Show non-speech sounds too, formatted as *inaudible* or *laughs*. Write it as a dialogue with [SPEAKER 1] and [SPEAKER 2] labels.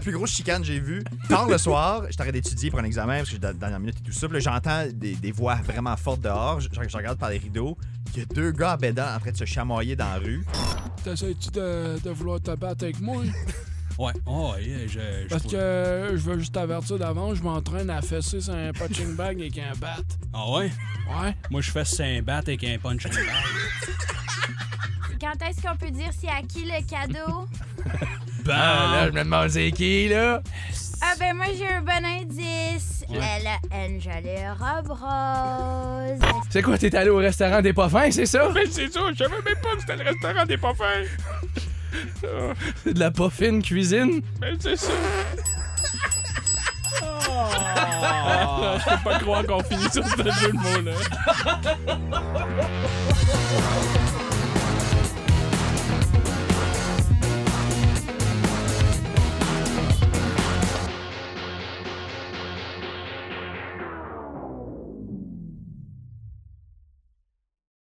[SPEAKER 1] plus grosse chicane que j'ai vue. Tard le soir, je t'arrête d'étudier pour un examen parce que j'ai la dernière minute et tout ça. Puis là, j'entends des, des voix vraiment fortes dehors. Je, je regarde par les rideaux. Il y a deux gars bédants en train de se chamoyer dans la rue.
[SPEAKER 2] T'essayes-tu de, de vouloir te battre avec moi?
[SPEAKER 3] Ouais, oh, ouais, je. je
[SPEAKER 2] Parce
[SPEAKER 3] pourrais-
[SPEAKER 2] que euh, je veux juste t'avertir d'avant, je m'entraîne à fesser sur un punching bag avec un bat.
[SPEAKER 3] Ah ouais?
[SPEAKER 2] Ouais.
[SPEAKER 3] Moi, je fais 5 battes avec un punch and bag.
[SPEAKER 4] Quand est-ce qu'on peut dire c'est à qui le cadeau?
[SPEAKER 5] Ah, là, je me demande c'est qui, là?
[SPEAKER 4] Ah ben moi j'ai un bon indice.
[SPEAKER 3] Ouais.
[SPEAKER 4] Elle a une jolie robe rose.
[SPEAKER 5] C'est quoi, t'es allé au restaurant des pas fins, c'est ça?
[SPEAKER 2] Mais c'est ça, je savais même pas que c'était le restaurant des pas fins.
[SPEAKER 5] C'est de la pas fine cuisine?
[SPEAKER 2] Mais Ben, c'est ça. *laughs* Je peux pas croire qu'on finit sur ce jeu de mots là.